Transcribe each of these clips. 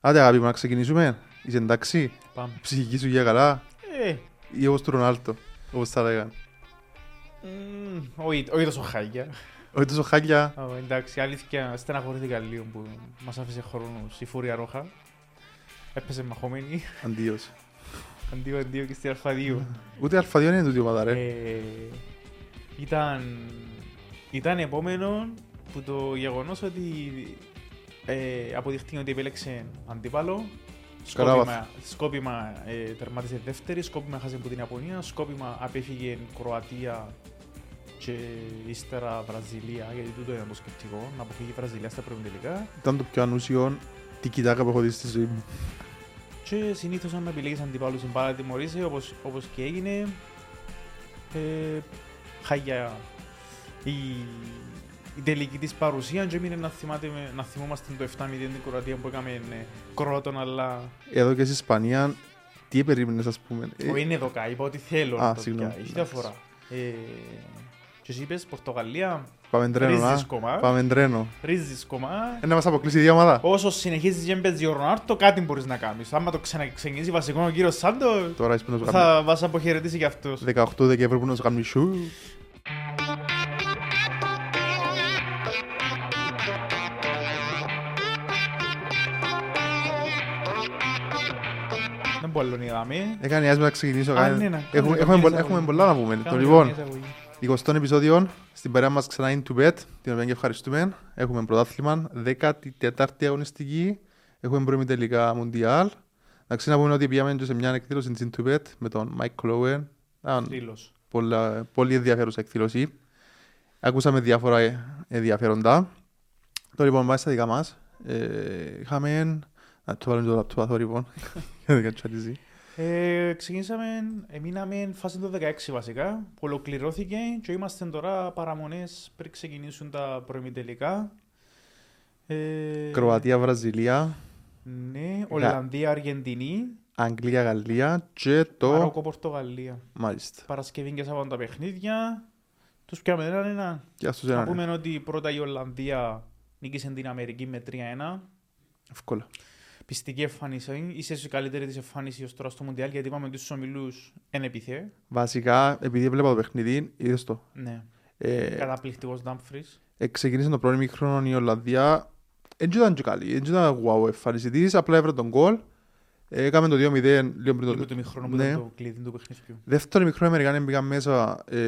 Άντε αγάπη μου, να ξεκινήσουμε. Είσαι εντάξει, Πάμε. η ψυχική σου υγεία καλά Ε, ή όπως του Ρονάλτο, όπως θα λέγανε. μμ, όχι όχι τόσο χάγια. Όχι τόσο χάλια, Α, Εντάξει, αλήθεια στεναχωρήθηκα λίγο που μας άφησε χρόνους η φούρια ρόχα. Έπεσε μαχωμένη. αντίος. Αντίο, αντίο και στην αρφαδίου. Ούτε αλφαδιόν είναι τούτη η ομάδα ρε. Ε, ήταν, ήταν επόμενο που το γεγονός ότι ε, αποδείχτηκε ότι επέλεξε αντίπαλο. Σκόπιμα, Καράβαθ. σκόπιμα ε, τερμάτισε δεύτερη, σκόπιμα χάσε από την Ιαπωνία, σκόπιμα απέφυγε Κροατία και ύστερα Βραζιλία, γιατί τούτο ήταν το σκεπτικό, να αποφύγει η Βραζιλία στα πρώτα τελικά. Ήταν το πιο ανούσιο τικιτάκα που έχω δει στη ζωή μου. Και συνήθως αν επιλέγεις αντιπάλους στην πάρα τιμωρήσει, όπως όπως και έγινε. Ε, χάγια η, η τελική της παρουσία. Και έμεινε να, θυμάται, με- να θυμόμαστε το 7-0 την Κροατία που έκαμε ε, Κρότον, αλλά. Εδώ και στην Ισπανία, τι περίμενες ας πούμε. Ε, Ο είναι εδώ κά, είπα ότι θέλω. α, να το συγγνώμη, πιάσει, Έχει εντάξει. διαφορά. Ε, και εσύ είπες Πορτογαλία, Πάμε τρένο, ρίζεις α. κομμά, Πάμε τρένο. ρίζεις κομμά. Ε, Να μας αποκλείσει η ίδια ομάδα. Όσο συνεχίζεις και μπες Ρονάρτο, κάτι μπορείς να κάνεις. Άμα το ξαναξεκινήσει βασικό ο κύριος Σάντο, Τώρα είσαι που να σου κάνει θα μας αποχαιρετήσει κι αυτός. 18 Δεκεμβρίου που να σου κάνει σου. Ναι. Δεν μπορεί άλλο να είδαμε. Έκανε άσμα να ξεκινήσω. Α, κάνε- ναι, να κάνω Έχουμε- καμία έχουμε πολλά- εισαγωγή. Έχουμε πολλά να πούμε. Το Κάμε λοιπόν, μια εισαγωγή. 20 επεισόδιων. Στην παρέα μας ξανά είναι του Bet, την οποία και ευχαριστούμε. Έχουμε πρωτάθλημα, 14η αγωνιστική. Έχουμε πρώιμη τελικά Μουντιάλ. Να ξαναπούμε ότι πήγαμε και σε μια εκδήλωση στην του Bet με τον Μάικ Κλόουεν. Ήταν Στήλος. πολλά, πολύ ενδιαφέρουσα εκδήλωση. Ακούσαμε διάφορα ε, ενδιαφέροντα. Τώρα λοιπόν πάμε στα δικά μας. Ε, είχαμε... Να το βάλουμε το λαπτό παθό λοιπόν. Δεν κατσουαλίζει. Ε, ξεκινήσαμε, μείναμε φάση το 16 βασικά, που ολοκληρώθηκε και είμαστε τώρα παραμονές πριν ξεκινήσουν τα προημιτελικά. Ε, Κροατία, Βραζιλία, Ναι, Ολλανδία, Αργεντινή, Αγγλία, Γαλλία και το... Μαρόκο, Πορτογαλία. Μάλιστα. Παρασκευή και Σάββατο τα παιχνίδια. Τους πιάμε έναν έναν. Και ας τους Να έναν. πούμε ότι πρώτα η Ολλανδία νίκησε την Αμερική με 3-1. Εύκολα. πιστική εμφάνιση. Είσαι η καλύτερη της εμφάνισης ως τώρα στο Μουντιάλ γιατί είπαμε ότι στους ομιλούς εν επιθέ. Βασικά, επειδή έβλεπα το παιχνίδι, είδες το. Ναι. Ε, Καταπληκτικός Ντάμφρι. ε, ξεκίνησε το πρώτο μικρόνο η Ολλανδία. Δεν ήταν και καλή, δεν ήταν wow εμφάνιση της, απλά έβρε τον κόλ. Ε, Έκαμε το 2-0 λίγο πριν Λίγο το... το μηχρόνο που ναι. ήταν το κλειδί του παιχνιδιού. Δεύτερο μικρό Αμερικάνοι μπήκαν μέσα, ε,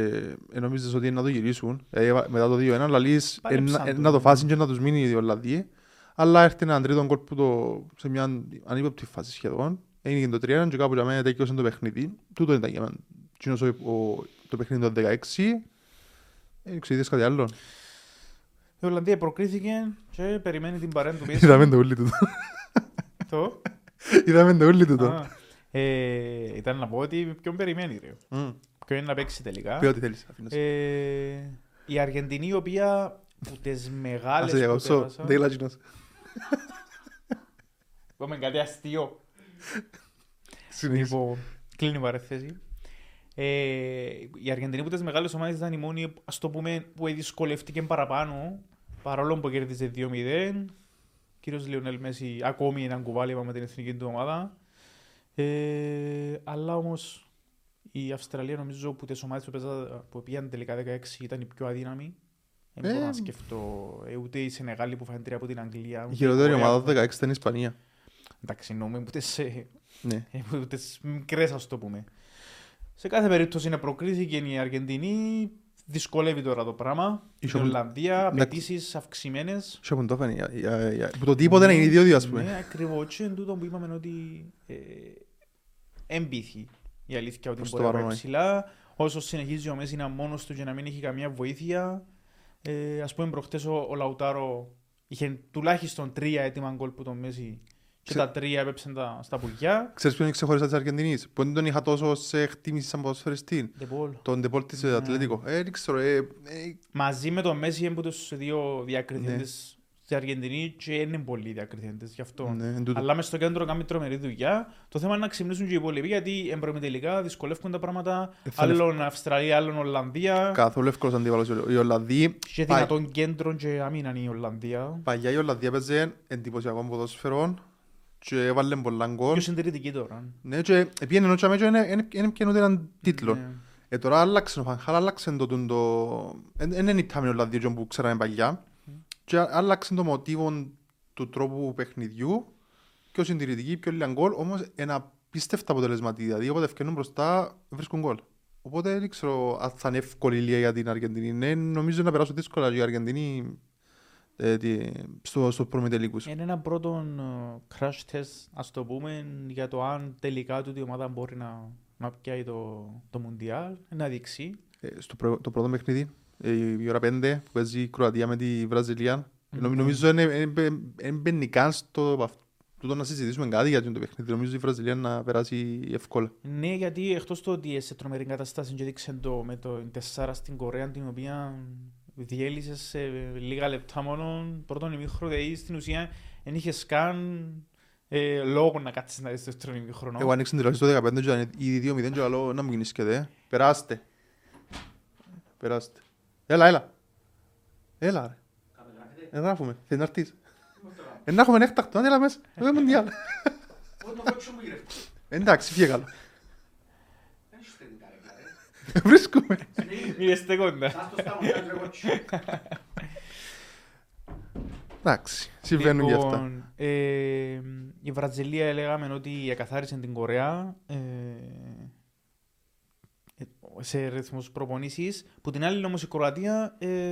ε, νόμιζες ότι είναι να το γυρίσουν. Ε, μετά το 2-1, αλλά λες ε, Πάλεψαν να- ε, το. να το φάσουν και να τους μείνει η Ολλανδία. Αλλά έρθει έναν τρίτο γκολ που το, σε μια ανύποπτη φάση σχεδόν. Έγινε το 3-1 και κάπου για μένα τέκειωσε το παιχνίδι. Τούτο ήταν για μένα. Εκείνος ο, ο, το παιχνίδι το 16. Ε, Ξέρετε κάτι άλλο. Η Ολλανδία προκρίθηκε και περιμένει την παρέα του πίεση. Είδαμε το όλοι τούτο. Το. Είδαμε το όλοι τούτο. Α, ε, Ήταν να πω ότι ποιον περιμένει ρε. Μμ. Ποιον είναι να παίξει τελικά. Πει ό,τι θέλεις. αφήνω σε. Ε, η Αργεντινή η οποία που τις Να μεγάλες σε που διακόψω. πέρασαν- Δεν γελάζεις. Είπαμε κάτι αστείο. Συνήθως. Λοιπόν, κλείνει η παρέθεση. Ε, η Αργεντινή που τις μεγάλες ομάδες ήταν η μόνη ας το πούμε, που δυσκολεύτηκε παραπάνω παρόλο που κέρδιζε 2-0. Κύριος Λιονέλ Μέση ακόμη έναν κουβάλιμα με την εθνική του ομάδα. Ε, αλλά όμως η Αυστραλία νομίζω που τις ομάδες που, παίζα, που πήγαν τελικά 16 ήταν η πιο αδύναμη. Δεν μπορώ Ε, να σκεφτώ ε, ούτε η Σενεγάλη που φάνε τρία από την Αγγλία. ούτε Η χειρότερη Κορέα ομάδα που- του 16 ήταν η Ισπανία. Εντάξει, νόμιμ, ούτε σε, Ναι. ούτε μικρές ας το πούμε. Σε κάθε περίπτωση είναι προκρίθηκε η Αργεντινή, δυσκολεύει τώρα το πράγμα. Η Ίσο- Ολλανδία, να- απαιτήσεις αυξημένες. Σε μου το φανεί. Που το τίποτα να γίνει δύο-δύο ας πούμε. Ναι, ακριβώς. Και εν τούτο που είπαμε ότι ε, εμπίθη η αλήθεια ότι Προς μπορεί το να παρόν, πάει όχι. ψηλά. Όσο συνεχίζει ο Μέση να είναι μόνος του και να μην έχει καμία βοήθεια. Ε, Ας πούμε, προχτές ο, ο Λαουτάρο είχε τουλάχιστον τρία έτοιμα γκολ που τον Μέση και Ξε- τα τρία έπεψαν τα, στα πουλιά. Ξέρεις ποιον ξεχώρισα της Αργεντινής, που δεν τον είχα τόσο σε εκτίμηση σαν ποδοσφαιριστή. De Paul. Τον Ντεπόλ της Ναι. Ατλέτικο. Ε, δεν ξέρω, ε, ε, Μαζί με τον Μέση είναι που τους δύο Ναι. διακριθέντες στην Αργεντινή και είναι πολλοί διακριθέντες γι' αυτό. ναι, εν τούτο. Αλλά μες στο κέντρο κάνει τρομερή δουλειά. Το θέμα είναι να ξυπνήσουν και οι υπόλοιποι γιατί εμπρομητελικά δυσκολεύουν τα πράγματα. Ε, θα είναι Άλλον Αυστραλία, άλλον Ολλανδία. Καθόλου εύκολος αντίπαλος η Ολλανδία. Και Πάει. Λοιπόν, δυνατόν κέντρο και αμήναν η Ολλανδία. Παλιά η Ολλανδία έπαιζε εντυπωσιακό ποδόσφαιρο και έβαλε πολλά γκολ. Πιο συντηρητική τώρα. Ναι, και πήγαινε ενώ και δεν πιένουν έναν τίτλο. Ναι. Ε, τώρα άλλαξε ο Φανχάλ, άλλαξε το... τον το... Δεν ήταν ο Λαδίος που ξέραμε παλιά. Και άλλαξε το μοτίβο του τρόπου παιχνιδιού. Πιο συντηρητική, πιο λίγα γκολ. Όμως ένα απίστευτα αποτελεσματή. Δηλαδή όποτε ευκαινούν μπροστά βρίσκουν γκολ. Οπότε δεν ξέρω αν θα είναι εύκολη η λία για την Αργεντινή. Ναι, νομίζω να περάσω δύσκολα για η Αργεντινή ε, τι- στο, στο προμετελικούς. Είναι ένα πρώτο ε, crash test, ας το πούμε, για το αν τελικά τούτη η ομάδα μπορεί να, να πιάει το, το Μουντιάλ, να δείξει. Ε, στο πρω- το πρώτο παιχνίδι, ε, η ώρα 5 που παίζει η Κροατία με τη Βραζιλία. Ε, Νομι- Νομίζω δεν μπαίνει καν στο πα- τούτο να συζητήσουμε κάτι για το παιχνίδι. Νομίζω η Βραζιλία να περάσει εύκολα. Ναι, γιατί εκτός το ότι σε τρομερή κατάσταση και δείξε το με το 4 στην Κορέα, την οποία διέλυσες σε λίγα λεπτά μόνο. Πρώτον ημίχρονο, δηλαδή στην ουσία δεν είχες καν ε, λόγο να κάτσεις να δεις το δεύτερο ημίχρονο. Εγώ άνοιξε την τηλεόραση το 15 και ήταν ήδη 2-0 και λέω να μου γεννήσκεται. ε. Περάστε. Περάστε. Έλα, έλα. Έλα ρε. Ε, Γράφουμε. Θέλει να έρθεις. Ε, Να έχουμε έκτακτο. Άντε, Έλα μέσα. Εγώ ήμουν διάλα. Ε, Εντάξει, φύγε καλά. Βρίσκουμε. Μη στεκόντα. Εντάξει, συμβαίνουν και αυτά. Λοιπόν, ε, η Βραζιλία λέγαμε ότι εκαθάρισε την Κορέα ε, σε ρυθμούς προπονήσεις. Που την άλλη όμως η Κροατία ε,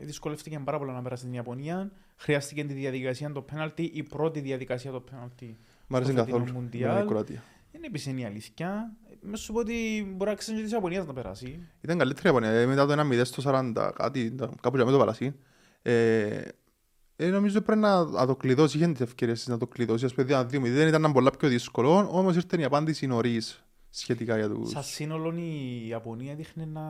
δυσκολεύτηκε πάρα πολύ να περάσει την Ιαπωνία. Χρειάστηκε τη διαδικασία το πέναλτι, η πρώτη διαδικασία το πέναλτι. Μ' άρεσε στο φετινό καθόλου. Μουντιάλ. εμένα η Κροατία. Δεν έπεισε η αλήθεια. Με σου πω ότι μπορεί να ξέρεις τη Ιαπωνία να περάσει. Ήταν καλύτερη η Ιαπωνία. Ε, Μετά το 1-0 στο 40, κάτι, ήταν κάπου για με το παρασύ. Ε, ε, νομίζω πρέπει να, να το κλειδώσει. Είχε τις ευκαιρίες της να το κλειδώσει. Ας πούμε, 2-0 ήταν πολλά πιο δύσκολο. Όμως ήρθε η απάντηση νωρίς σχετικά για τους... Σαν σύνολο η Ιαπωνία δείχνει να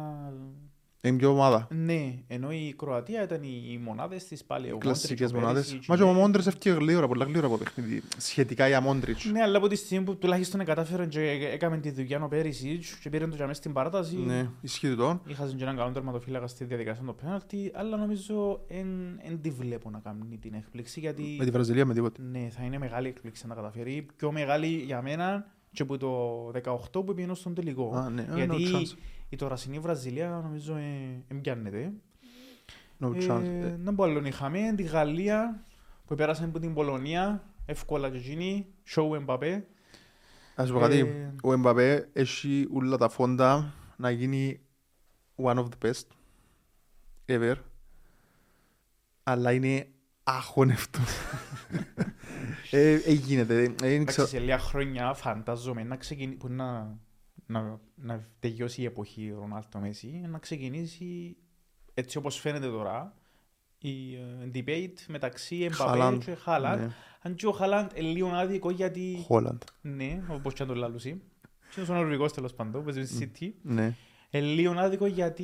Είναι πιο Ε, ομάδα. Ναι, ενώ η Κροατία ήταν οι οι μονάδες της πάλι. ο Κλασικές Μόντριτς, ο μονάδες. Πέρισιτς, Μα και ναι. ο Μόντρες έφτιαγε γλύωρα, πολλά γλύωρα από παιχνίδι. Σχετικά για Μόντριτς. Ναι, αλλά από τη στιγμή που τουλάχιστον κατάφερε και έκαμε τη δουλειά ο Πέρισιτς και πήρε το τζαμέ στην παράταση. Ναι, ισχύει το. Είχαζε και έναν καλό τερματοφύλακα στη διαδικασία του πέναλτι, αλλά νομίζω δεν τη βλέπω να κάνει την έκπληξη γιατί Με τη Βραζιλία, με τίποτε. ναι, θα είναι μεγάλη έκπληξη να τα καταφέρει. Πιο μεγάλη για μένα και από το 18 που πήγαινε στον τελικό. Α, ναι. Α, no γιατί chance. η τωρασινή Βραζιλία νομίζω ε, ε, πιάνεται. No chance. Ε, Να μπορούμε να είχαμε τη Γαλλία που πέρασε από την Πολωνία, εύκολα και εκείνη, show Mbappé. Ας πω κάτι, Ε, ο Εμπαπέ έχει όλα τα φόντα να γίνει one of the best ever αλλά είναι άχωνευτο. ε, ε, γίνεται, ε, δεν Εντάξει, ξέρω. σε λίγα χρόνια φαντάζομαι να ξεκινήσει, που να, να, να τελειώσει η εποχή Ρονάλτο Μέση, να ξεκινήσει έτσι όπως φαίνεται τώρα η ε, debate μεταξύ Mbappé Χάλαντ. και Χάλαντ. Ναι. Αν και ο Χάλαντ είναι λίγο άδικο γιατί, Χόλαντ. ναι, όπως και αν το λάλλουσε, και είναι ο Νορβηγός τέλος πάντων, παίζει στη City. Ναι. Ε, λίγο άδικο γιατί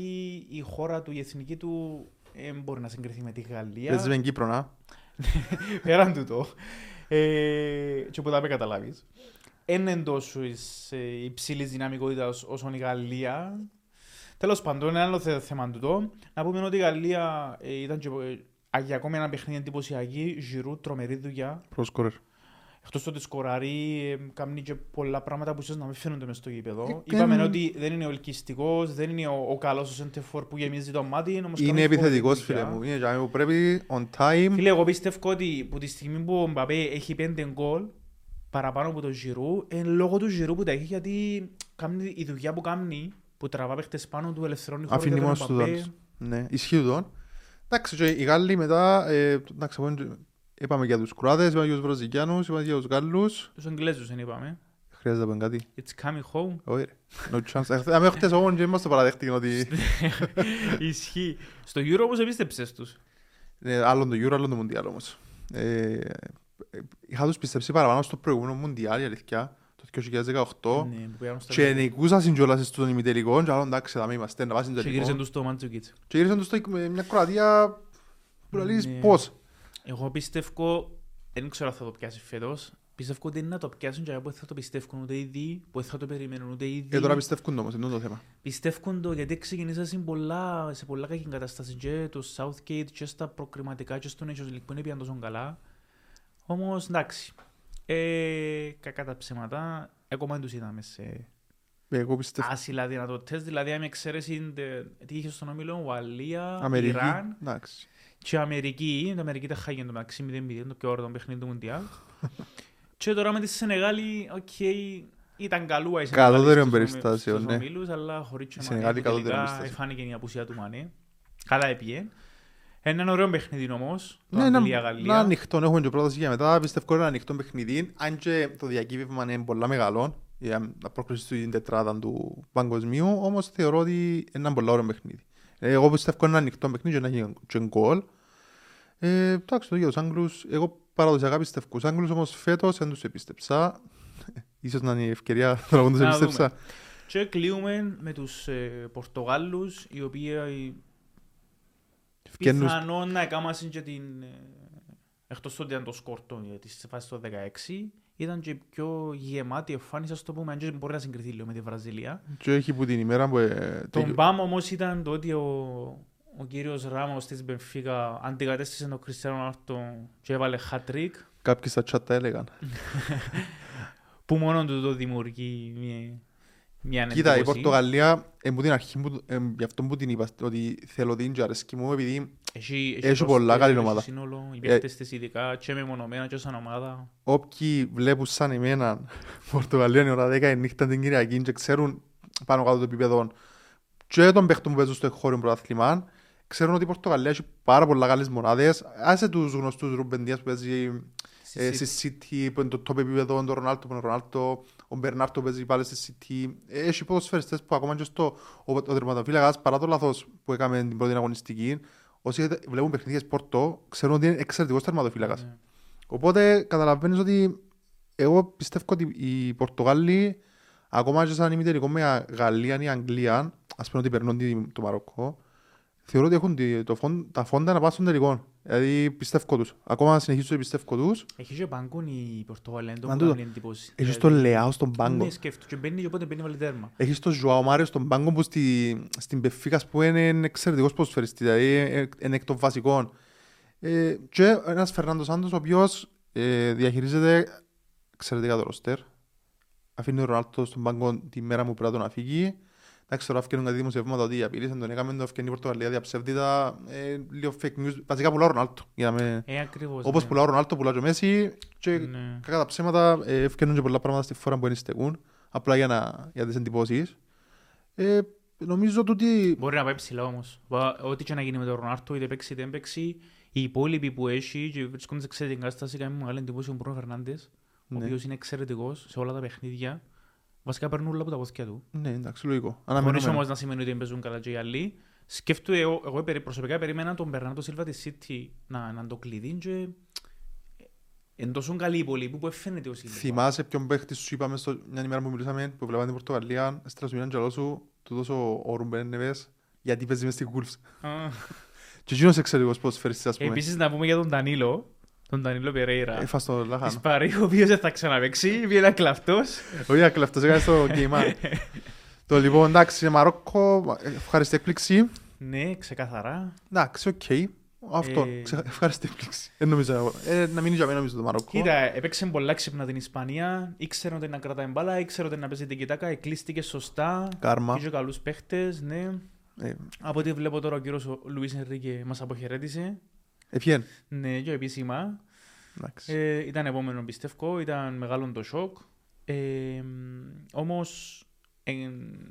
η χώρα του, η εθνική του, ε, μπορεί να συγκριθεί με τη Παίζει Γαλλία. με Κύπρο, να. πέραν του το. Ε, και που θα με καταλάβεις. Εν εντός ε, υψηλής δυναμικότητας όσον η Γαλλία. Τέλος πάντων, ένα άλλο θε- θέμα του το. Να πούμε ότι η Γαλλία ε, ήταν και, ε, α, για ακόμη ένα παιχνίδι εντυπωσιακή. Ζηρού, τρομερή δουλειά. Προσκόρερ. Εκτό ότι σκοράρει, ε, κάνει και πολλά πράγματα που ίσως να μην φαίνονται μες στο γήπεδο. Ε, Είπαμε κάνει- ότι δεν είναι ο ελκυστικό, δεν είναι ο, ο καλός ο Σεντεφόρ που γεμίζει το μάτι. όμως κάνει Είναι φοβερή επιθετικός, δουλειά. φίλε μου. Είναι για μένα που πρέπει on time. Φίλε, εγώ πιστεύω ότι που τη στιγμή που ο Μπαπέ έχει πέντε γκολ παραπάνω από τον Ζιρού, εν λόγω του Ζιρού που τα έχει, γιατί κάνει η δουλειά που κάνει, που τραβά παίχτες πάνω του ελευθερώνει χώρο Αφήνει για μόνο τον στους Μπαπέ. δόντες. Ναι, ισχύει τούτο. Εντάξει, και οι Γάλλοι μετά, ε, να ξαπώνει, είπαμε για τους Κροάτες, είπαμε για τους Βραζικιάνους, είπαμε για τους Γάλλους. Τους Εγγλέζους δεν είπαμε. Χρειάζεται να πούμε κάτι. It's coming home. Όχι ρε. No chance. Ε, Αν με χτες όμως και μας το παραδέχτηκε ότι Ισχύει. Στο Euro όμως επίστεψες τους. είναι άλλον ε, το Euro, άλλον το Μουντιάλ όμως. Ε, ε, Είχα τους πιστέψει παραπάνω στο προηγούμενο Μουντιάλ, η αλήθεια, το 2018. Ναι, που πήγαν στα Και δεύτερα. νικούσα συντζόλασες στον ημιτελικό και άλλο εντάξει, θα μην είμαστε, να πάσουν Και γύρισαν τελικό. τους στο Mandzukic. Λοιπόν, Και γύρισαν τους στο- με μια Κροατία που να λύσεις Ναι. πώς. Ε, Εγώ πιστεύω, δεν ξέρω αν θα το πιάσει φέτος, πιστεύω ότι είναι να το πιάσουν και αγαπώ ότι θα το πιστεύουν ούτε ήδη, που δεν θα το περιμένουν ούτε ήδη. Ε, τώρα πιστεύουν όμως, είναι το θέμα. Πιστεύουν το γιατί ξεκινήσα σε πολλά, σε πολλά κακή κατάσταση και το Southgate και στα προκριματικά και στο Nations League που είναι πήγαν τόσο καλά. Όμως εντάξει, Ε, κακά τα ψέματα, ακόμα δεν τους είδαμε σε Εγώ πιστεύω. άσυλα δυνατότητες. Δηλαδή, αν εξαίρεση τε- τι είχε στον όμιλο, Ουαλία, Αμερική. Ιράν Εντάξει. και Αμερική. Η Αμερική τα χάγει εν τω μεταξύ 0-0, το πιο ωραίο παιχνίδι του Μουντιάλ. και τώρα με τη Σενεγάλη, οκ, ήταν καλούα η Σενεγάλη Κατώτερων στους ομι- περιστάσεων, στους ναι. ομίλους, αλλά χωρίς και Η ο Σενεγάλη Μανέ, που κατώτερων τελικά περιστάσεων. φάνηκε η απουσία του Μανέ. Καλά έπιε. Ένα ωραίο παιχνίδι όμως, το Ναι, να, Αγγλία-Γαλλία. να ανοιχτό, έχουμε και πρόταση για μετά. Πιστεύω είναι ανοιχτό παιχνιδί. Αν και το διακύβευμα είναι πολλά μεγάλο για να προκριθεί στην τετράδα του παγκοσμίου, όμως θεωρώ ότι είναι ένα πολύ ωραίο παιχνίδι. Ε, Εγώ πιστεύω είναι ένα ανοιχτό παιχνίδι και να γίνει και γκολ. Ε, εντάξει, το για τους Άγγλους, εγώ παραδοσιακά πιστεύω του Άγγλους, όμως φέτος δεν τους επίστεψα. σω να είναι η ευκαιρία τώρα που τους Να επίστεψα. Και κλείουμε με τους ε, Πορτογάλους, οι οποίοι Ευκαινούς- πιθανόν να έκαμασαν και την... ε, εκτός ότι ήταν το σκορτό ε, της φάσης το 16, ήταν και η πιο γεμάτη εμφάνιση, ας το πούμε, αν και μπορεί να συγκριθεί λίγο με τη Βραζιλία. Και έχει που την ημέρα που. ε, Το τέλειο- μπαμ όμως ήταν το ότι ο, ο κύριος Ράμος της Μπενφίκα αντικατέστησε τον Κριστιανό Άρτο και έβαλε hat-trick, Κάποιοι στα chat τα έλεγαν. που μόνο του το δημιουργεί μια, μια Κοίτα, η εντύπωση. Πορτογαλία, εμπού την αρχή, μου, εμ, γι' αυτό που την είπα, ότι θέλω την και αρέσκει μου, επειδή Έχει, Έχει πολλά καλή προσθέσεις ομάδα. Ε, στο Σύνολο, οι παίκτες της ειδικά και μεμονωμένα και σαν ομάδα. όποιοι βλέπουν σαν εμένα Πορτογαλία είναι η ώρα 10 η νύχτα την Κυριακή και ξέρουν πάνω κάτω το επίπεδο και των παίχτων που παίζουν στο εγχώριο πρωτάθλημα, ξέρουν ότι η Πορτογαλία έχει πάρα πολλά καλές μονάδες. Άσε τους γνωστούς Ρουμπεντίας που παίζει ε, Συ- στη City, που είναι το top επίπεδο, τον Ρονάλτο που είναι ο Ρονάλτο, ο Μπερνάρτο παίζει πάλι στη City. Ε, Έχει ποδοσφαιριστές που ακόμα και στο ο, ο τερματοφύλακας, παρά το λάθος που έκαμε την πρώτη αγωνιστική, όσοι βλέπουν παιχνίδια σπορτό, ξέρουν ότι είναι εξαιρετικός τερματοφύλακας. Ναι. Οπότε καταλαβαίνεις ότι εγώ πιστεύω ότι οι Πορτογάλοι ακόμα και σαν ημιτελικό με Γαλλία ή Αγγλία, ας πούμε ότι περνούν τη- το Μαροκό, θεωρώ ότι έχουν τη- το φον- τα φόντα να πάνε στον τελικό. Δηλαδή πιστεύω τους. Ακόμα συνεχίζω ότι πιστεύω τους. Έχει και πάγκον η Πορτογαλία, είναι το Μα που τούτο. κάνει εντύπωση. Έχεις Δηλαδή, τον Λεάο στον πάγκο. Ναι, σκέφτομαι. Και μπαίνει και οπότε μπαίνει βάλει τέρμα. Έχεις τον Ζωάο Μάριο στον πάγκο που στη, στην Πεφίκα που είναι εξαιρετικός ποδοσφαιριστής, δηλαδή ε, είναι εκ των βασικών. Ε, και ένας Φερνάντος Σάντος ο οποίος ε, διαχειρίζεται εξαιρετικά το ροστερ. Αφήνει τον Ρονάλτο στον πάγκο τη μέρα που πρέπει να τον αφήγει. Εντάξει, τώρα έφτιαναν κάτι δημοσιεύματα ότι απειλήσαν τον έκαμε, τον έφτιανε η Πορτογαλία διαψεύδητα, ε, λίγο fake news. Βασικά πουλά ο Ρονάλτο. Για να με... Ε, ακριβώς. Όπως ναι. πουλά ο Ρονάλτο, πουλά και ο Μέση και Ναι. Κακά τα ψέματα, ε, ευκαινούν και πολλά πράγματα στη φορά που ενιστεγούν, απλά για, να, για τις εντυπώσεις. Ε, νομίζω ότι ότι Μπορεί να πάει ψηλά όμως. Βα- Ό,τι και να γίνει με τον Ρονάρτο, είτε παίξει είτε δεν παίξει, οι υπόλοιποι που έχει και βρίσκονται σε εξαιρετική κατάσταση, κάνει μεγάλη εντύπωση ο Μπρούνο Φερνάντες, ο Ναι. οποίος είναι εξαιρετικός σε όλα τα παιχνίδια. Βασικά παίρνουν όλα από τα πόθηκια του. Ναι, εντάξει, λογικό. Χωρίς Αναμενόμενο. όμως να σημαίνει ότι δεν παίζουν καλά και οι άλλοι. Σκέφτομαι, εγώ, εγώ περι- προσωπικά περίμενα τον Μπερνάντο Σίλβα της City να, να το κλειδί και εν τόσο καλή η υπολείπη που φαίνεται ο Σίλβα. Θυμάσαι ποιον παίχτη σου είπαμε στο, μια ημέρα που μιλούσαμε, που βλέπαμε την Πορτογαλία, έστειλα σου έναν τζαλό σου, του δώσω ο Ρουμπεν Νεβές, γιατί παίζει μες στην Wolves. Α. Και εκείνος εξαιρετικός ποδοσφαιριστής, ας πούμε. Ε, Επίσης να πούμε για τον Ντανίλο, τον Ντανίλο Περέιρα. Έφασε τον Της Λάχανο. Παρή, ο οποίος δεν θα ξαναπαίξει, βγαίνει κλαφτός. Όχι, ακλαυτός, έκανε στο γκέιμα. Το λοιπόν, εντάξει, Μαρόκο, ε, ευχαριστή έκπληξη. Ναι, ξεκαθαρά. Εντάξει, οκ. Αυτό. Ε, Ξε- Ευχαριστή έκπληξη. Ε, νομίζω, ε, να μείνει για μένα νομίζω το Μαρόκο. Κοίτα, έπαιξε πολλά ξύπνα την Ισπανία, ήξερε ότι να κρατάει μπάλα, ήξερε ότι να παίζει την κοιτάκα, εκλείστηκε σωστά. Κάρμα. Είχε καλούς παίχτες, ναι. Ε, Από ό,τι βλέπω τώρα ο κύριος ο Λουίς Ενρίκε μας αποχαιρέτησε. Ευχαριστώ. Ναι, και επίσημα. Εντάξει. Ε, ήταν επόμενο πιστεύω, ήταν μεγάλο το σοκ. Ε, όμως ε,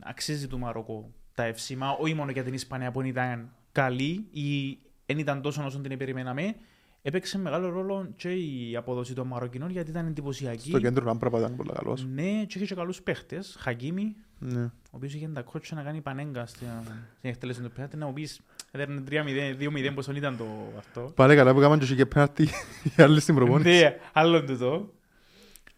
αξίζει του Μαροκό τα ευσήμα, όχι μόνο για την Ισπανία που εν ήταν καλή ή δεν ήταν τόσο όσο την περιμέναμε. Έπαιξε μεγάλο ρόλο και η απόδοση των Μαροκινών γιατί ήταν εντυπωσιακή. Στο κέντρο να πρέπει να ήταν πολύ καλός. Ναι, και είχε και καλούς παίχτες. Χακίμη, Ναι. ο οποίος είχε τα κότσια να κάνει πανέγκα στην, στην εκτέλεση του πέναλτη. Να μου πεις, έδερνε 3-0, 2-0 πόσο ήταν το αυτό. Πάλι καλά που έκαναν και είχε πέναρτη οι άλλοι στην προπόνηση. Ναι, άλλο τούτο.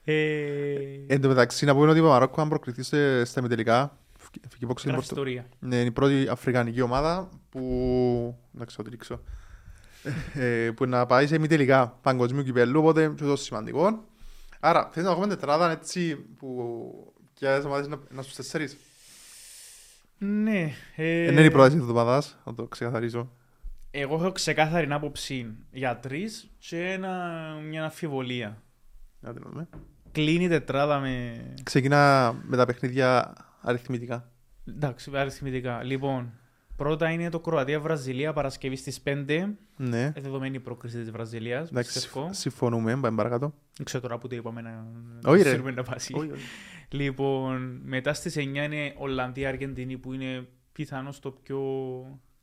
Ε, Εν τω μεταξύ να πούμε ότι το Μαρόκο αν προκριθεί σε- στα ημιτελικά, φυκή υπόξη Γράφει είναι Πορτο- ιστορία. Ναι, είναι η πρώτη αφρικανική ομάδα που... Να ξεωτρίξω. Ε, που να πάει σε ημιτελικά παγκοσμίου κυπέλου, οπότε και τόσο σημαντικό. Άρα, θες να έχουμε τετράδα έτσι που... Και άλλες ομάδες να, να στους τέσσερις. Ναι. ε, Ε, είναι η πρόταση της εβδομάδας, να το ξεκαθαρίσω. Εγώ έχω ξεκάθαρη άποψη για τρεις και ένα, μια αμφιβολία. Άντε να δούμε. Κλείνει τετράδα με. Ξεκινά με τα παιχνίδια αριθμητικά. Εντάξει, αριθμητικά. Λοιπόν, πρώτα είναι το Κροατία-Βραζιλία Παρασκευή στις 5. Ναι. Ε, Δεδομένη η πρόκριση της Βραζιλίας. Εντάξει, Πιστεύω. συμφ- συμφωνούμε. Πάμε παρακάτω. Δεν ξέρω τώρα που το είπαμε να. Όχι, ρε. ξέρουμε να πάσει. Όχι, όχι. Λοιπόν, μετά στις 9 είναι Ολλανδία-Αργεντινή που είναι πιθανώς το πιο.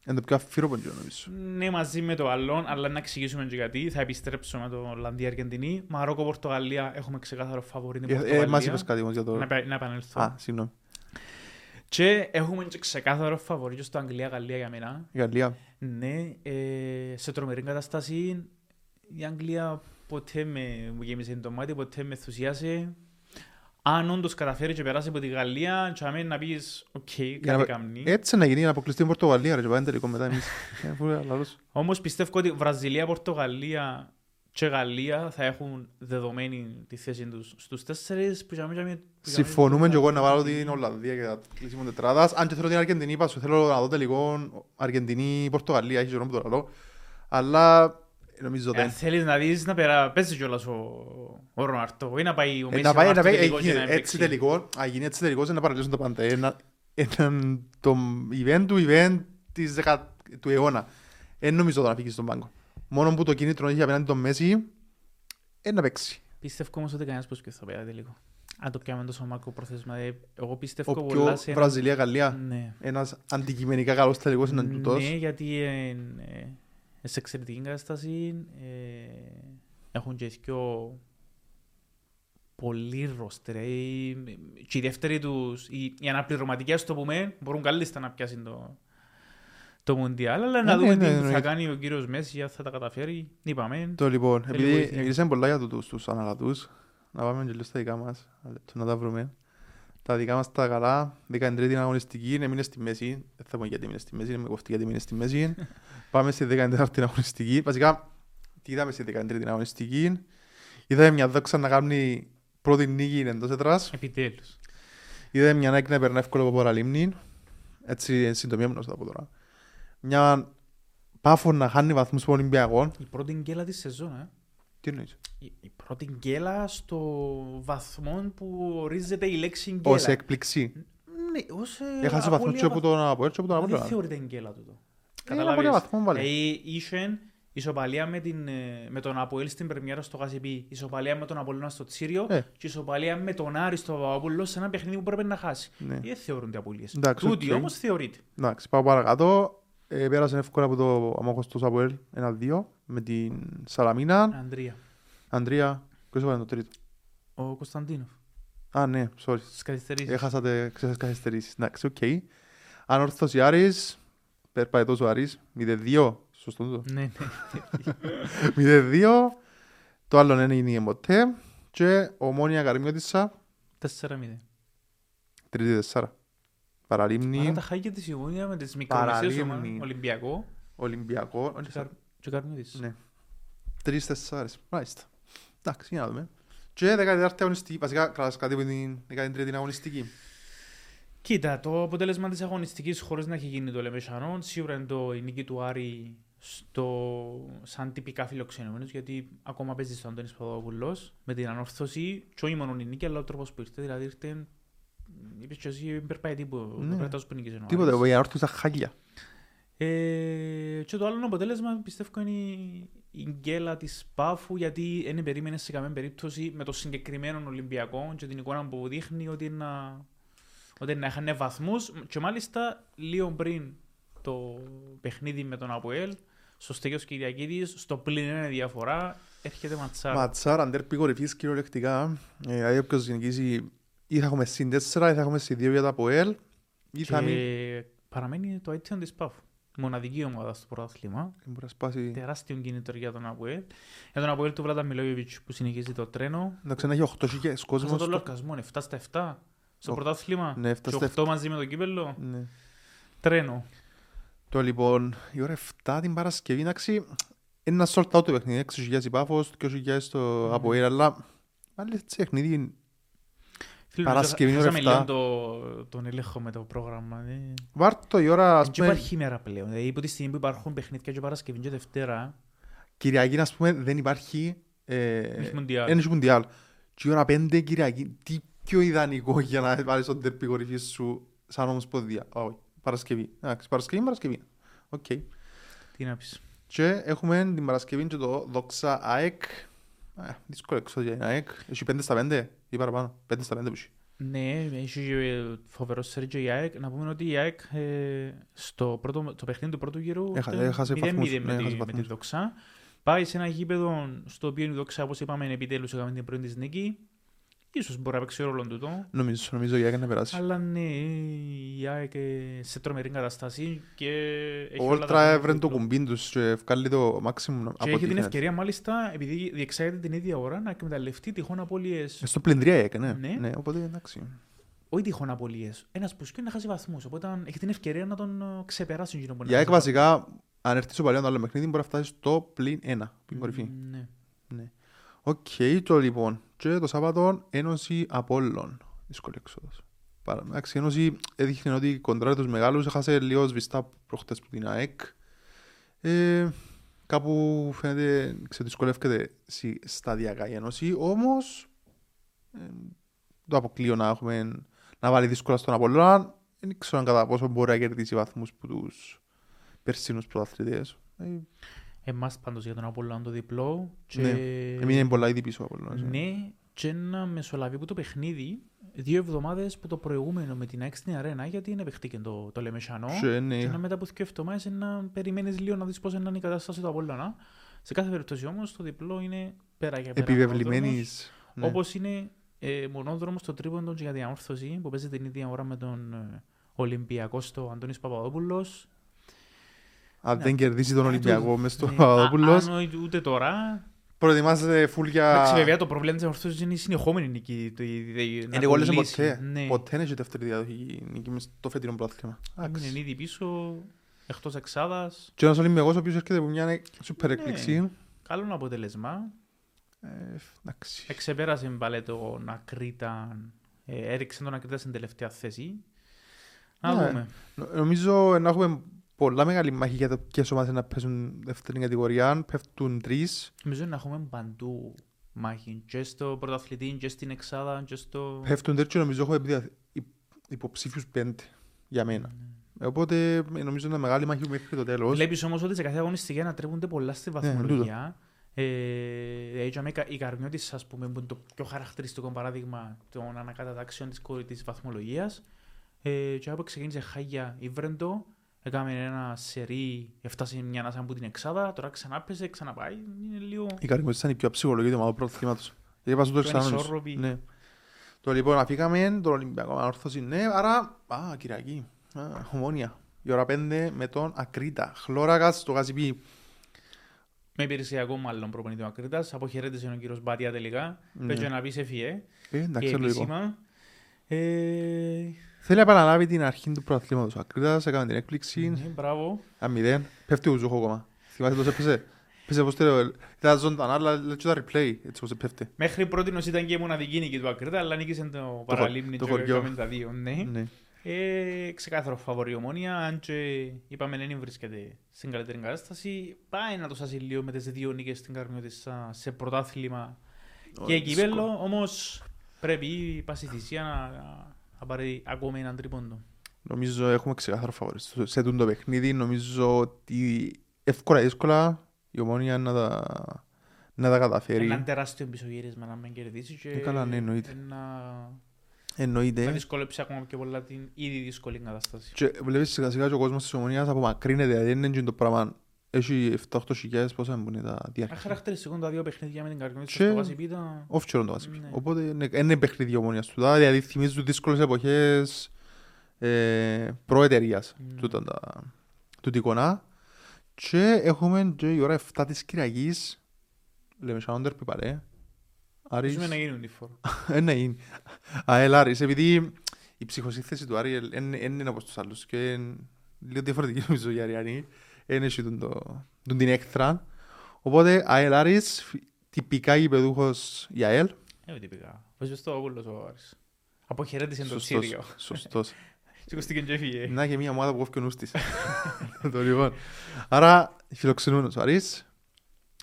Είναι το πιο αφήρωπο γιο, νομίζω. Ναι, μαζί με το άλλον, αλλά να εξηγήσουμε και γιατί. Θα επιστρέψω με το Ολλανδία-Αργεντινή. Μαρόκο-Πορτογαλία έχουμε ξεκάθαρο φαβορή. την Ε, ε, Μας είπες Πορτογαλία. κάτι όμως για Να το... επα- Να επανέλθω. Α, συγγνώμη. Και έχουμε και ξεκάθαρο φαβορή και στο Αγγλία-Γαλλία για μένα. Γαλλία. Ναι, ε, σε τρομερή κατάσταση η Αγγλία ποτέ με μου γέμισε το μάτι, ποτέ με ενθουσιάσε. Αν όντως καταφέρει και περάσει από τη Γαλλία, και αμέ να πεις «ΟΚ, Για κάτι να- Ε, κάνει». Έτσι να γίνει να αποκλειστεί η Πορτογαλία, ρε, και πάμε τελικό μετά εμείς. Ε, πού, ε, λαλός. Όμως πιστεύω ότι Βραζιλία, Πορτογαλία και Γαλλία θα έχουν δεδομένη τη θέση τους στους τέσσερις που για μένα- για μένα- που για μένα- Συμφωνούμε και εγώ να βάλω την Ολλανδία και τα κλείσιμο τετράδας. Αν και θέλω την Αργεντινή, είπα σου, θέλω να δω τελικό Αργεντινή-Πορτογαλία, έχει γεγονό που το λαλώ. Αλλά νομίζω Ε, Αν δεν. θέλεις να δεις να περα... πέσει κιόλας ο, ο Ροναρτό ή να πάει ο Ε, Μέση Να πάει να Ρονάρτο πάει- τελικός για ε, να γίνει έτσι παίξει. τελικό, να γίνει έτσι τελικός, να παραλύσουν τα πάντα. Ένα- έναν- το event του event της δεκα- του αιώνα. Δεν νομίζω τώρα να φύγεις στον πάγκο. Μόνο που το κίνητρο έχει απέναντι τον Μέση, ε, να παίξει. Πιστεύω όμως ότι κανένας πως και θα πέρατε λίγο. Αν το πιάμε τόσο μακρό πρόθεσμα. ε, Εγώ πιστεύω Ο πολλά πιο σε... ένα- Βραζιλία-Γαλλία. Ναι. ένας αντικειμενικά καλός τελικός είναι τούτος. Ναι, γιατί ε, ε, ε, σε εξαιρετική κατάσταση ε, έχουν και πιο πολύ ρόστερ. ε, Και οι δεύτεροι τους, οι, οι αναπληρωματικοί, ας το πούμε, μπορούν καλύτερα να πιάσουν το, το Μουντιάλ. Αλλά να Ναι, δούμε ναι, τι θα εννοείται. κάνει ο κύριος Μέση, αν θα τα καταφέρει. Είπαμε. Το λοιπόν, Θέλει επειδή βοήθεια. μιλήσαμε πολλά για τούτους τους αναλατούς, να πάμε και λίγο στα δικά μας, ένα λεπτό να τα βρούμε. Τα δικά μας τα καλά, 13η αγωνιστική, έμεινε στη μέση, δεν θα πω γιατί έμεινε στη μέση, με κοφτεί γιατί έμεινε στη μέση. πάμε στη 14η αγωνιστική, βασικά, τι είδαμε στη 13η αγωνιστική, είδαμε μια δόξα να κάνει πρώτη νίκη εντός έτρας, Επιτέλους. Είδε μια Nike να περνά εύκολο από παραλίμνη. Έτσι, εν συντομία μου να σου τα πω τώρα. Μια πάφο να χάνει βαθμούς από Ολυμπιακό. Η πρώτη γκέλα της σεζόν, ε. Τι εννοείς? Η η πρώτη γκέλα στο βαθμό που ορίζεται η λέξη γκέλα. Ως έκπληξη. Ναι, ως ε, Έχασε απώλεια βαθμούς και από βαθμού. τον Αποέλ και από τον Δεν Αποέλ. θεωρείται γκέλα τούτο. Ένα πολύ Ε, βαθμό πάλι. Δηλαδή, είχε ισοπαλία με, την, ε, με τον Αποέλ στην πρεμιέρα στο Γασιπί, ισοπαλία με τον Απολλώνα στο Τσίριο Ε. και ισοπαλία με τον Άρη στο Παπαπούλο σε ένα παιχνίδι που πρέπει να χάσει. Ναι. Δεν θεωρούνται απολύες. Εντάξει, Τούτη οκ. όμως θεωρείται. Εντάξει, πάω παρακάτω. Ε, Πέρασε εύκολα από το αμόχωστος Αποέλ 1-2 με την Σαλαμίνα. Ανδρία, Αντρία, ποιος έβαλε το τρίτο. ο Κωνσταντίνοφ, Α, ναι, sorry. στις καθυστερήσεις. Έχασατε ξέχασες καθυστερήσεις. Εντάξει, οκ. Ανόρθωση Άρης. Περπάει τόσο Άρης. 0-2. Σωστό τούτο. Ναι, ναι. 0-2. Το άλλο δεν έγινε ποτέ. Και ομόνια Καρμιώτησα 4-0. 3-4. Άρα Παραλίμνη, τα χάγια της Ιωνίας με τις μικρομεσαίες Παραλίμνη. ομάδες, Ολυμπιακό Ολυμπιακό. και Καρ- και Καρμίδης. Ναι. 3-4. Μάλιστα. Εντάξει, για να δούμε. Και 14η αγωνιστική. Βασικά, κράτας κάτι από την 13η αγωνιστική. Κοίτα, το αποτέλεσμα της αγωνιστικής χωρίς να έχει γίνει το Λεμεσανόν, σίγουρα είναι το, η νίκη του Άρη στο, σαν τυπικά φιλοξενούμενος, γιατί ακόμα παίζει στον Αντώνης Παπαδόπουλος με την ανόρθωση και όχι μόνο η νίκη, αλλά ο τρόπος που ήρθε, δηλαδή ήρθε είπες και εσύ δεν περπάει τίποτα, Ναι. δεν περπάει τόσο που νίκησε ο Τίποτα, Άρης. εγώ για να έρθω στα χάλια. Ε, και το άλλο αποτέλεσμα πιστεύω είναι η- η γκέλα της Πάφου γιατί δεν περίμενε σε καμία περίπτωση με το συγκεκριμένο Ολυμπιακό και την εικόνα που δείχνει ότι να, ότι να είχαν βαθμούς. Και μάλιστα λίγο πριν το παιχνίδι με τον Αποέλ, στο στέγιο Κυριακίδης, στο πλήν ένα διαφορά, έρχεται ματσάρα. Ματσάρα, αντέρπη κορυφής κυριολεκτικά. Ε, Δηλαδή, όποιος γενικήσει ή θα έχουμε συν 4 ή θα έχουμε συν 2 για τα ΠΟΕΛ. Ή θα και μην... παραμένει το αίτιο τη Πάφου. Μοναδική ομάδα στο πρωτάθλημα. Μπορεί να σπάσει... Τεράστιο κίνητρο για τον Αποέλ. Για τον Αποέλ του Βλάτα Μιλόγεβιτ που συνεχίζει το τρένο. Να ξανά έχει 8.000 Χάσα κόσμος. τον στο- λογαριασμό, 7 στα 7. Στο Ο- πρωτάθλημα. Ναι, 7 και στα 8 μαζί με το κύπελο. Ναι. Τρένο. Το λοιπόν, η ώρα 7 την Παρασκευή, εντάξει, είναι ένα sort out το παιχνίδι. 6.000 η Πάφος, 2.000 το Ναι. Αποέλ, αλλά πάλι έτσι παιχνίδι. Φίλε, Παρασκευή, χα- ώρα χάσαμε 7. λίγο το- τον έλεγχο με το πρόγραμμα. ναι. Βάρ' το η ώρα, ας Δεν πούμε, υπάρχει ημέρα πλέον. Δηλαδή, από τη στιγμή που υπάρχουν παιχνίδια και Παρασκευή και Δευτέρα, Κυριακή, ας πούμε, δεν υπάρχει, ε, έχει μοντιάλ. δεν έχει Μουντιάλ. Και η ώρα πέντε Κυριακή, τι πιο ιδανικό για να βάλεις τον τέρπι κορυφής σου σαν ομοσπονδία. Α, Όχι, Παρασκευή. Εντάξει, Παρασκευή, Παρασκευή. Οκ. Τι να πεις. Και έχουμε την Παρασκευή και το δόξα ΑΕΚ. Α, Δύσκολο εξόδια είναι ΑΕΚ. Έχει πέντε στα πέντε ή παραπάνω. Πέντε στα πέντε που έχει. Ναι, έχει και φοβερός Σέρτζο η ΑΕΚ. Να πούμε ότι η ΑΕΚ ε, στο πρώτο, το παιχνίδι του πρώτου γύρου Έχα- ήταν έχασε 0-0 βαθμούς, ναι, με, τη, έχασε με τη βαθμούς. Δόξα. Πάει σε ένα γήπεδο στο οποίο η Δόξα, όπως είπαμε, επιτέλους έκαμε την πρώτη της νίκη. Ίσως μπορεί να παίξει ρόλο τούτο. Νομίζω, νομίζω η ΑΕΚ να περάσει. Αλλά ναι, η ΑΕΚ ε, σε τρομερή κατάσταση και έχει Ο όλα τα Όλτρα θέματα έβρεν το δίπλα. κουμπίν τους και ευκάλλει το maximum Και από έχει την ό,τι ευκαιρία μάλιστα, επειδή διεξάγεται την ίδια ώρα, να εκμεταλλευτεί τυχόν απώλειες. Ε, Στο πλην τρία έκανε. Ναι. Ναι, οπότε εντάξει. Όχι τυχόν απώλειες. Ένας που σκύνει να χάσει βαθμούς. Οπότε έχει την ευκαιρία να τον ε, ξεπεράσει εκείνο που να Η ΑΕΚ χάσει βασικά, αν έρθει στο παλιό το άλλο παιχνίδι, μπορεί να φτάσει στο πλην ένα. Πλην κορυφή. Ναι. Οκ, το λοιπόν. Και το Σάββατο, Ένωση Απόλλων. Δύσκολη εξόδος. Παρα- Εντάξει, η Ένωση έδειχνε ότι κοντράρει τους μεγάλους, έχασε λίγο σβηστά προχτές που την ΑΕΚ. Ε, κάπου φαίνεται ξεδυσκολεύεται σι- σταδιακά η Ένωση, όμως ε, το αποκλείω να, έχουμε, να βάλει δύσκολα στον Απόλλωνα. Δεν ξέρω αν κατά πόσο μπορεί να κερδίσει βαθμούς που τους περσίνους πρωταθλητές. Ε, Εμάς πάντως για τον Απόλλωνα το διπλό. Και... Ναι. Έμεινε πολλά ήδη πίσω ο Απόλλωνας. ε. Ε, Ναι, και ένα μεσολαβεί που το παιχνίδι δύο εβδομάδες που το προηγούμενο με την ΑΕΚ στην αρένα γιατί είναι παιχτήκε το, το Λεμεσανό. Και, ναι, Και να μετά που και εβδομάδες είναι να περιμένεις λίγο να δεις πώς είναι η κατάσταση του Απόλλωνα. Σε κάθε περίπτωση όμως το διπλό είναι πέρα για πέρα. επιβεβλημένης. μονόδρομος, ναι. ναι. Όπως είναι ε, μονόδρομος στο τρίποντο για διαμόρφωση που παίζει την ίδια ώρα με τον ε, Ολυμπιακό στο Αντώνης Παπαδόπουλος. Αν ναι. δεν κερδίσει τον Α, Ολυμπιακό το- μέσα στο ναι. Παπαδόπουλο, Α, αν ούτε τώρα, προετοιμάζεται φουλ για. Εντάξει, βέβαια το πρόβλημα της ορθώσης είναι η συνεχόμενη νίκη. Το, η, η, να Είναι γόλες κολλήσει. ποτέ. Ναι. Ποτέ δεν έχει δεύτερη διαδοχή νίκη μες στο φετινό πρωτάθλημα. Είναι Εντάξει. ήδη πίσω, εκτός εξάδας. Και ένας Ολυμπιακός ο οποίος έρχεται από μια σούπερ Ναι. εκπληξή. Καλό αποτέλεσμα. Ε, Εντάξει. Εξεπέρασε πάλι τον Ακρίτα. Ε, έριξε τον Ακρίτα στην τελευταία θέση. Να Ναι. δούμε. Νο- Νομίζω να έχουμε πολλά μεγάλη μάχη για το ποιες ομάδες να παίζουν δεύτερη κατηγορία. Πέφτουν τρεις. Νομίζω να έχουμε παντού μάχη. Και στο πρωταθλητή, και στην εξάδα, και στο... Πέφτουν τρεις και νομίζω έχουμε επιδια- υ- υποψήφιους πέντε για μένα. Ναι. Ε, Οπότε ε, νομίζω είναι μεγάλη μάχη μέχρι το τέλος. Βλέπεις όμως ότι σε κάθε αγωνιστική ανατρέπονται πολλά Ναι, στη βαθμολογία. Ε, ε, έτσι, αμέ- η Καρμιώτης, ας πούμε, που είναι το πιο χαρακτηριστικό παράδειγμα των ανακατατάξεων της, κορυ- της βαθμολογίας. Ε, και όπου ξεκίνησε χάγια η Βρεντό, έκαμε ένα σερί, έφτασε μια ανάσα από την εξάδα, τώρα ξανά πέσε, ξαναπάει, είναι λίγο... Η Καρμιώτης ήταν η πιο ψυχολογική ομάδα πρωταθλήματος. Γιατί πας ούτως Πιο ξανά ανισόρροπη. Ναι. Το λοιπόν αφήκαμε τον Ολυμπιακό Ανόρθωση. Ναι, άρα, α, Κυριακή, α, ομόνια. Η ώρα 5 με τον Ακρίτα. Χλώρακας στο Γασιπί. Με υπηρεσιακό μάλλον προπονητή ο Ακρίτας, αποχαιρέτησε ο κύριος Μπάτια τελικά, Ναι. πέτσε να πεις έφυγε, Ε, και εντάξει, λογικό. επίσημα. Ε, Θέλει να επαναλάβει την αρχή του πρωταθλήματος. Ο Ακρίτας έκανε την έκπληξη. ναι, μπράβο. Αμηδέν. Πέφτει ο Ζούχο ακόμα. Θυμάστε πώς έπαιζε. Έπαιζε πώς το... ε, Ήταν ζωντανά, αλλά λέει και τα replay. Έτσι πώς έπεφτε. Μέχρι πρώτη ήταν και η μοναδική νίκη του Ακρίτα, αλλά νίκησε το παραλίμνη το το χωριό. χωριό. τα δύο, ναι. Ναι. Ε, ξεκάθαρο φαβορή ομόνια, αν και είπαμε δεν βρίσκεται στην καλύτερη κατάσταση. Πάει να το σάσει λίγο με τις δύο νίκες στην Καρμιώτησα σε πρωτάθλημα και κυπέλλο, όμως πρέπει η πάση θυσία να, να πάρει ακόμη έναν τρίποντο. Νομίζω έχουμε ξεκάθαρο φαβορή. Στο- Σε τούτο παιχνίδι νομίζω ότι εύκολα ή δύσκολα η ομόνια να τα, να τα καταφέρει. Έναν τεράστιο πισωγύρισμα να μην κερδίσει και Ε, καλά, ναι, εννοείται. Ναι. να, να Εννοείται. δυσκολέψει ακόμα και πολλά την ήδη δύσκολη κατάσταση. Και βλέπεις σιγά σιγά και ο κόσμος της ομονίας απομακρύνεται. Δηλαδή δεν είναι το πράγμα. Έχει 7-8 χιλιάδες πόσα είναι που είναι τα διάρκεια. Αχαρακτηριστικό τα δύο παιχνίδια με την Καρμιώτησα Ναι. Και- στο Βασιπί ήταν- Όφτσερο το Βασίπι. Ναι. Οπότε είναι, είναι παιχνίδι η ομονία του. Δηλαδή θυμίζουν δύσκολες εποχές ε, προεταιρείας. Ναι. Τούτα τα... Τούτη εικόνα. Και έχουμε και η ώρα 7 της Κυριακής. Λέμε σαν όντερ πιπαρέ. Άρης. Ελπίζουμε να γίνουν τη φορά. Ε, Ναι, είναι. ΑΕΛ Άρης. Επειδή η ψυχοσύνθεση του Άρη δεν είναι όπως τους άλλους. Και εν- λίγο διαφορετική νομίζω η Αριανή. Δεν έχει τον το- τον την έκθρα. Οπότε ΑΕΛ Άρης, φι- τυπικά γηπεδούχος η ΑΕΛ. Ε, ούτε πήγα. Ο σωστό ούλος ο Άρης. Αποχαιρέτησε το Ε. Σωστός, Ναι. Σύριο. Σωστός. Σηκωστήκε και έφυγε. Να και μια ομάδα που κόφει ο νους της. Το λοιπόν. Άρα, φιλοξενούμενος ο Άρης.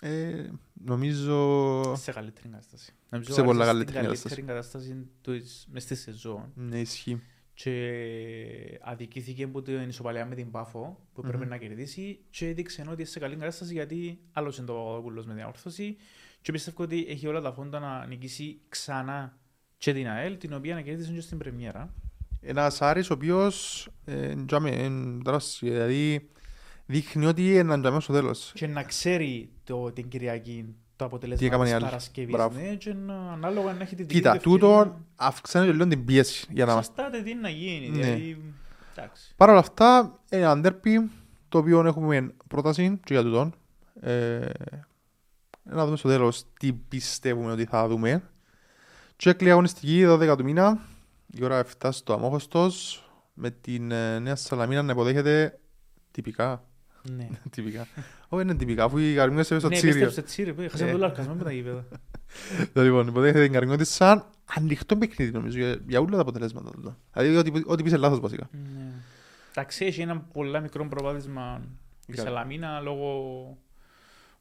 Ε, νομίζω. σε καλύτερη κατάσταση. Νομίζω Σε ο πολλά Άρης καλύτερη στην κατάσταση. καλύτερη κατάσταση της- μες στη σεζόν Ναι, ισχύει. και αδικήθηκε από την ισοπαλία με την Πάφο που έπρεπε Μμμ. να κερδίσει και έδειξε ότι είναι σε καλή κατάσταση γιατί άλλος είναι το Παπαδόπουλος με την όρθωση και πιστεύω ότι έχει όλα τα φόντα να νικήσει ξανά και την ΑΕΛ την οποία να κερδίσει και στην πρεμιέρα. Ένας Άρης ο οποίος. Ε, τζάμε, εν δράση, δηλαδή δείχνει ότι είναι τζάμε στο τέλος. και να ξέρει το, την Κυριακή το αποτελέσμα έκαναν της οι άλλοι. Παρασκευής Μπράβο. ναι, και να, ανάλογα να έχει τη δική Κοίτα, του ευκαιρία τούτο αυξάνει και λίγο την πίεση για να να είμαστε. εξαρτάται τι να γίνει. Ναι. Δηλαδή, εντάξει. Παρ' όλα αυτά, ένα ντέρπι το οποίο έχουμε πρόταση και για τούτον. Ε, να δούμε στο τέλος τι πιστεύουμε ότι θα δούμε. Τσέκλη αγωνιστική 12 του μήνα. Η ώρα 7 στο Αμόχωστος. Με την ε, Νέα Σαλαμίνα να υποδέχεται τυπικά. Ναι. τυπικά. Όχι, είναι τυπικά, αφού η Καρμιό έπεσε στο ναι, Τσίριο. επέστρεψε Τσίριο. παι, Χάσαμε Ε. το λαρκασμό με τα γήπεδα. Λοιπόν, υποτίθεται την Καρμιώτη σαν ανοιχτό παιχνίδι νομίζω για, για όλα τα αποτελέσματα. τούτα. Δηλαδή ό,τι, ό,τι πεις είναι λάθος βασικά. Ναι. Εντάξει, έχει ένα πολύ μικρό προβάδισμα η Κα- Σαλαμίνα λόγω,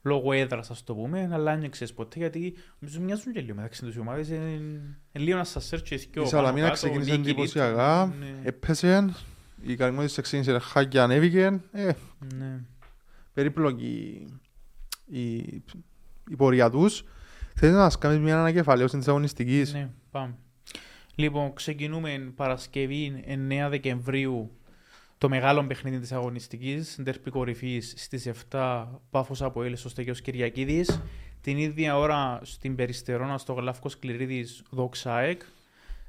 λόγω έδρας, ας το πούμε, αλλά δεν ξέρεις ποτέ γιατί νομίζω μοιάζουν και λίγο μεταξύ τους οι ομάδες. Είναι λίγο να σα έρθει και Η Σαλαμίνα ξεκίνησε εντυπωσιακά. Ε, Έπεσε, η Καρμιώτη ξεκίνησε χά και ανέβηκε. Ε, Ναι. περίπλοκη η, η πορεία τους. Θέλεις να μας κάνεις μια ανακεφαλαίωση της αγωνιστικής. Ναι, πάμε. Λοιπόν, ξεκινούμε Παρασκευή 9 Δεκεμβρίου το μεγάλο παιχνίδι της αγωνιστικής, ντέρπι κορυφής στις 7, Πάφος από Έλες ο Στέγιος Κυριακίδης. Την ίδια ώρα στην Περιστερώνα στο Γλαύκος Κληρίδης Δοξάεκ.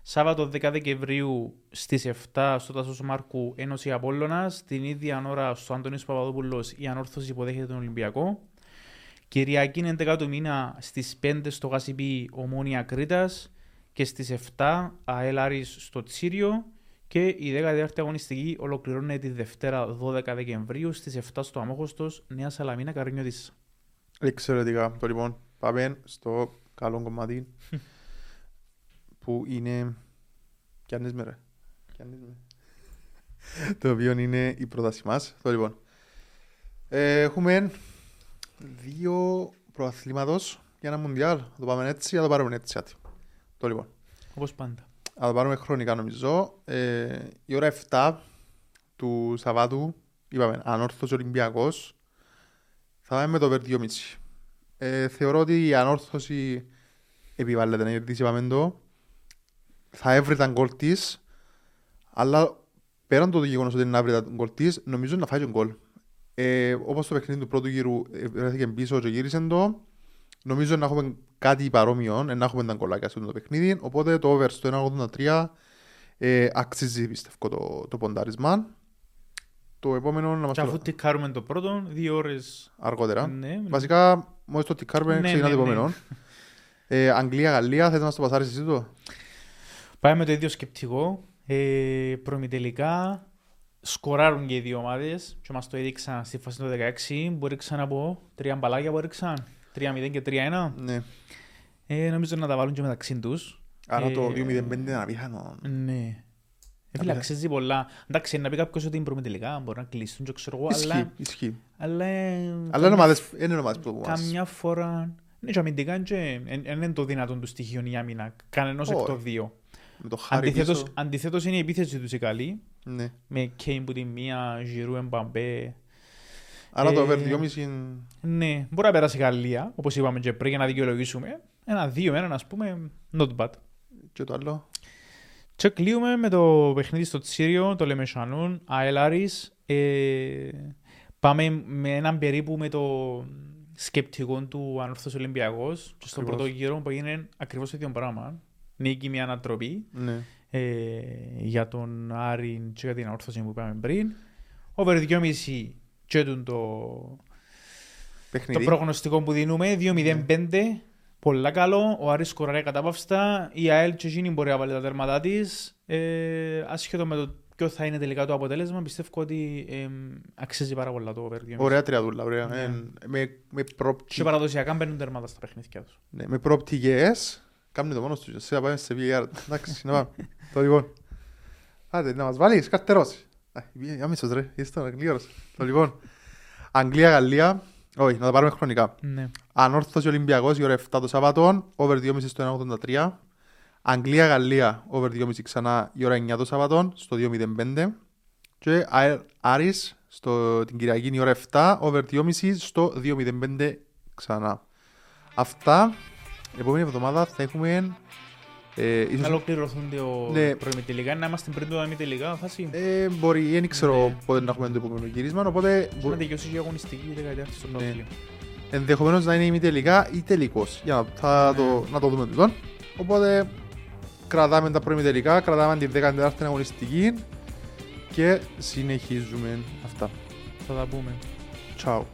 Σάββατο 10 Δεκεμβρίου στις 7 στο Τάσος Μάρκου Ένωση Απόλλωνας. Την ίδια ώρα στο Αντωνίος Παπαδόπουλος η Ανόρθωση υποδέχεται τον Ολυμπιακό. Κυριακή 11 του μήνα στις 5 στο Γασιμπή Ομόνια Κρήτας και στις 7 ΑΕΛ Άρης στο Τσίριο και η 14η αγωνιστική ολοκληρώνεται τη Δευτέρα 12 Δεκεμβρίου στις 7 στο Αμόχωστος Νέα Σαλαμίνα Καρνιώτης. Εξαιρετικά. Το λοιπόν, πάμε στο καλό κομμάτι που είναι. Κι αν με ρε. Κι αν με. το οποίο είναι η πρόταση μας. Το λοιπόν. Ε, έχουμε δύο προαθλήματος για ένα μουντιάλ. Θα το πάμε έτσι, θα το πάρουμε έτσι. άτι. Το λοιπόν. Όπως πάντα. Θα το πάρουμε χρονικά νομίζω. Ε, η ώρα 7 του Σαββάτου, είπαμε, ανόρθωση Ολυμπιακός, θα πάμε με το Βερντιό Μίτσι. Ε, θεωρώ ότι η ανόρθωση επιβάλλεται να κερδίσει, είπαμε το. Θα έβρει τα γκολ της, αλλά πέραν το γεγονός ότι είναι να βρει τα γκολ της, νομίζω να φάει τον γκολ. Ε, όπως το παιχνίδι του πρώτου γύρου ε, βρέθηκε πίσω και γύρισε το, νομίζω να έχουμε κάτι παρόμοιο, ε, να έχουμε τα γκολάκια σε αυτό το παιχνίδι, οπότε το over στο 1.83 ε, αξίζει πιστεύω το, το ποντάρισμα. Το επόμενο να μας Και το... αφού τικάρουμε το πρώτο, δύο ώρες... αργότερα. Ναι, ναι. Βασικά, μόλις το τικάρουμε, Ναι, ξεκινά ναι, το ναι. επόμενο. Ε, Αγγλία-Γαλλία, θες να μας το πασάρεις εσύ το. Πάμε με το ίδιο σκεπτικό. Ε, προημιτελικά σκοράρουν και οι δύο ομάδες και μας το έδειξαν στη φάση του 16. Μπορεί ξανά πω τρία μπαλάκια, μπορεί ξανά. 3-0 και 3-1. Ναι. Ε, νομίζω να τα βάλουν και μεταξύ τους. Άρα Ε, το 2-0-5 είναι είναι απίθανο. Ναι. Απίθανο. Εφυλαξίζει πολλά. Εντάξει, να πει κάποιος ότι είναι προμετελικά, μπορεί να κλείσουν, και ξέρω εγώ, Ισχύει, αλλά. ισχύει. Αλλά, Αλλά είναι ομάδες- είναι ομάδες που μας. Καμιά φορά. Ναι, και αμυντικά και δεν είναι το δυνατόν του στοιχείο η άμυνα. Κανενό εκ Όχι. των δύο. Με το χάρι Αντιθέτως, πίσω. αντιθέτως είναι η επίθεση τους η καλή. Ναι. Με Κέιν που τη μία, Ζιρού, Εμπαμπέ. Άρα το Ε, over 2,5 είναι... Ναι, μπορεί να περάσει η Γαλλία, όπως είπαμε και πριν, για να δικαιολογήσουμε. Ένα δύο, ένα, ας πούμε, not bad. Και το άλλο. Και κλείουμε με το παιχνίδι στο Τσίριο, το Λεμεσανούν, ΑΕΛ Άρης. Ε, πάμε με έναν περίπου με το σκεπτικό του Ανόρθος Ολυμπιακός και στον Ακριβώς. πρώτο γύρο που έγινε ακριβώς το ίδιο πράγμα. Νίκη μια ανατροπή Ναι. ε, για τον Άρη και για την Ανόρθωση που είπαμε πριν. Over 2,5 και τον το το Παιχνίδι. προγνωστικό που δίνουμε, 2-0-5. Ναι. Πολλά καλό. Ο Άρης σκοράρει κατάπαυστα. Η ΑΕΛ και εκείνη μπορεί να βάλει τα τέρματά της. Ε, ασχέτω με το ποιο θα είναι τελικά το αποτέλεσμα, πιστεύω ότι ε, αξίζει πάρα πολλά το over 2,5. Ωραία τριαδούλα, ωραία. Ναι. Ε, με- με Και πρόπτυ- παραδοσιακά μπαίνουν τέρματα στα παιχνίδια τους. ναι, Με πρόπτυγες. Κάμνει το μόνος τους. Σε να πάμε σε VAR. Εντάξει, να πάμε. Το λοιπόν. Άντε, να μας βάλεις καρτερός. Α, η- Άμεσος ρε. Είσαι τον Αγγλίος. Το λοιπόν. Αγγλία-Γαλλία. Όχι, να τα πάρουμε χρονικά. Ναι. Ανόρθωση Ολυμπιακός η ώρα 7 το Σαββατό, over 2,5 στο 1,83. Αγγλία-Γαλλία, over 2,5 ξανά η ώρα 9 το Σαββατό, στο 2,05. Και Άρ- Άρης, στο, την Κυριακή η ώρα 7, over 2,5 στο 2,05 ξανά. Αυτά, επόμενη εβδομάδα θα έχουμε... Ε, Να ίσως, ολοκληρωθούν ο Ναι. ναι. τελικά, να είμαστε πριν το τελικά φάση. ε, μπορεί, δεν ξέρω Ναι. πότε να έχουμε το επόμενο γύρισμα, οπότε Να τελειώσει η αγωνιστική δεκαετία στο Ναι. Νότιο. ενδεχομένως να είναι ημιτελικά ή τελικός. Για να, θα Ναι. το, να το δούμε τούτον. Οπότε κρατάμε τα πρώτα τελικά, κρατάμε την 14η αγωνιστική και συνεχίζουμε αυτά. Θα τα πούμε. Τσαου.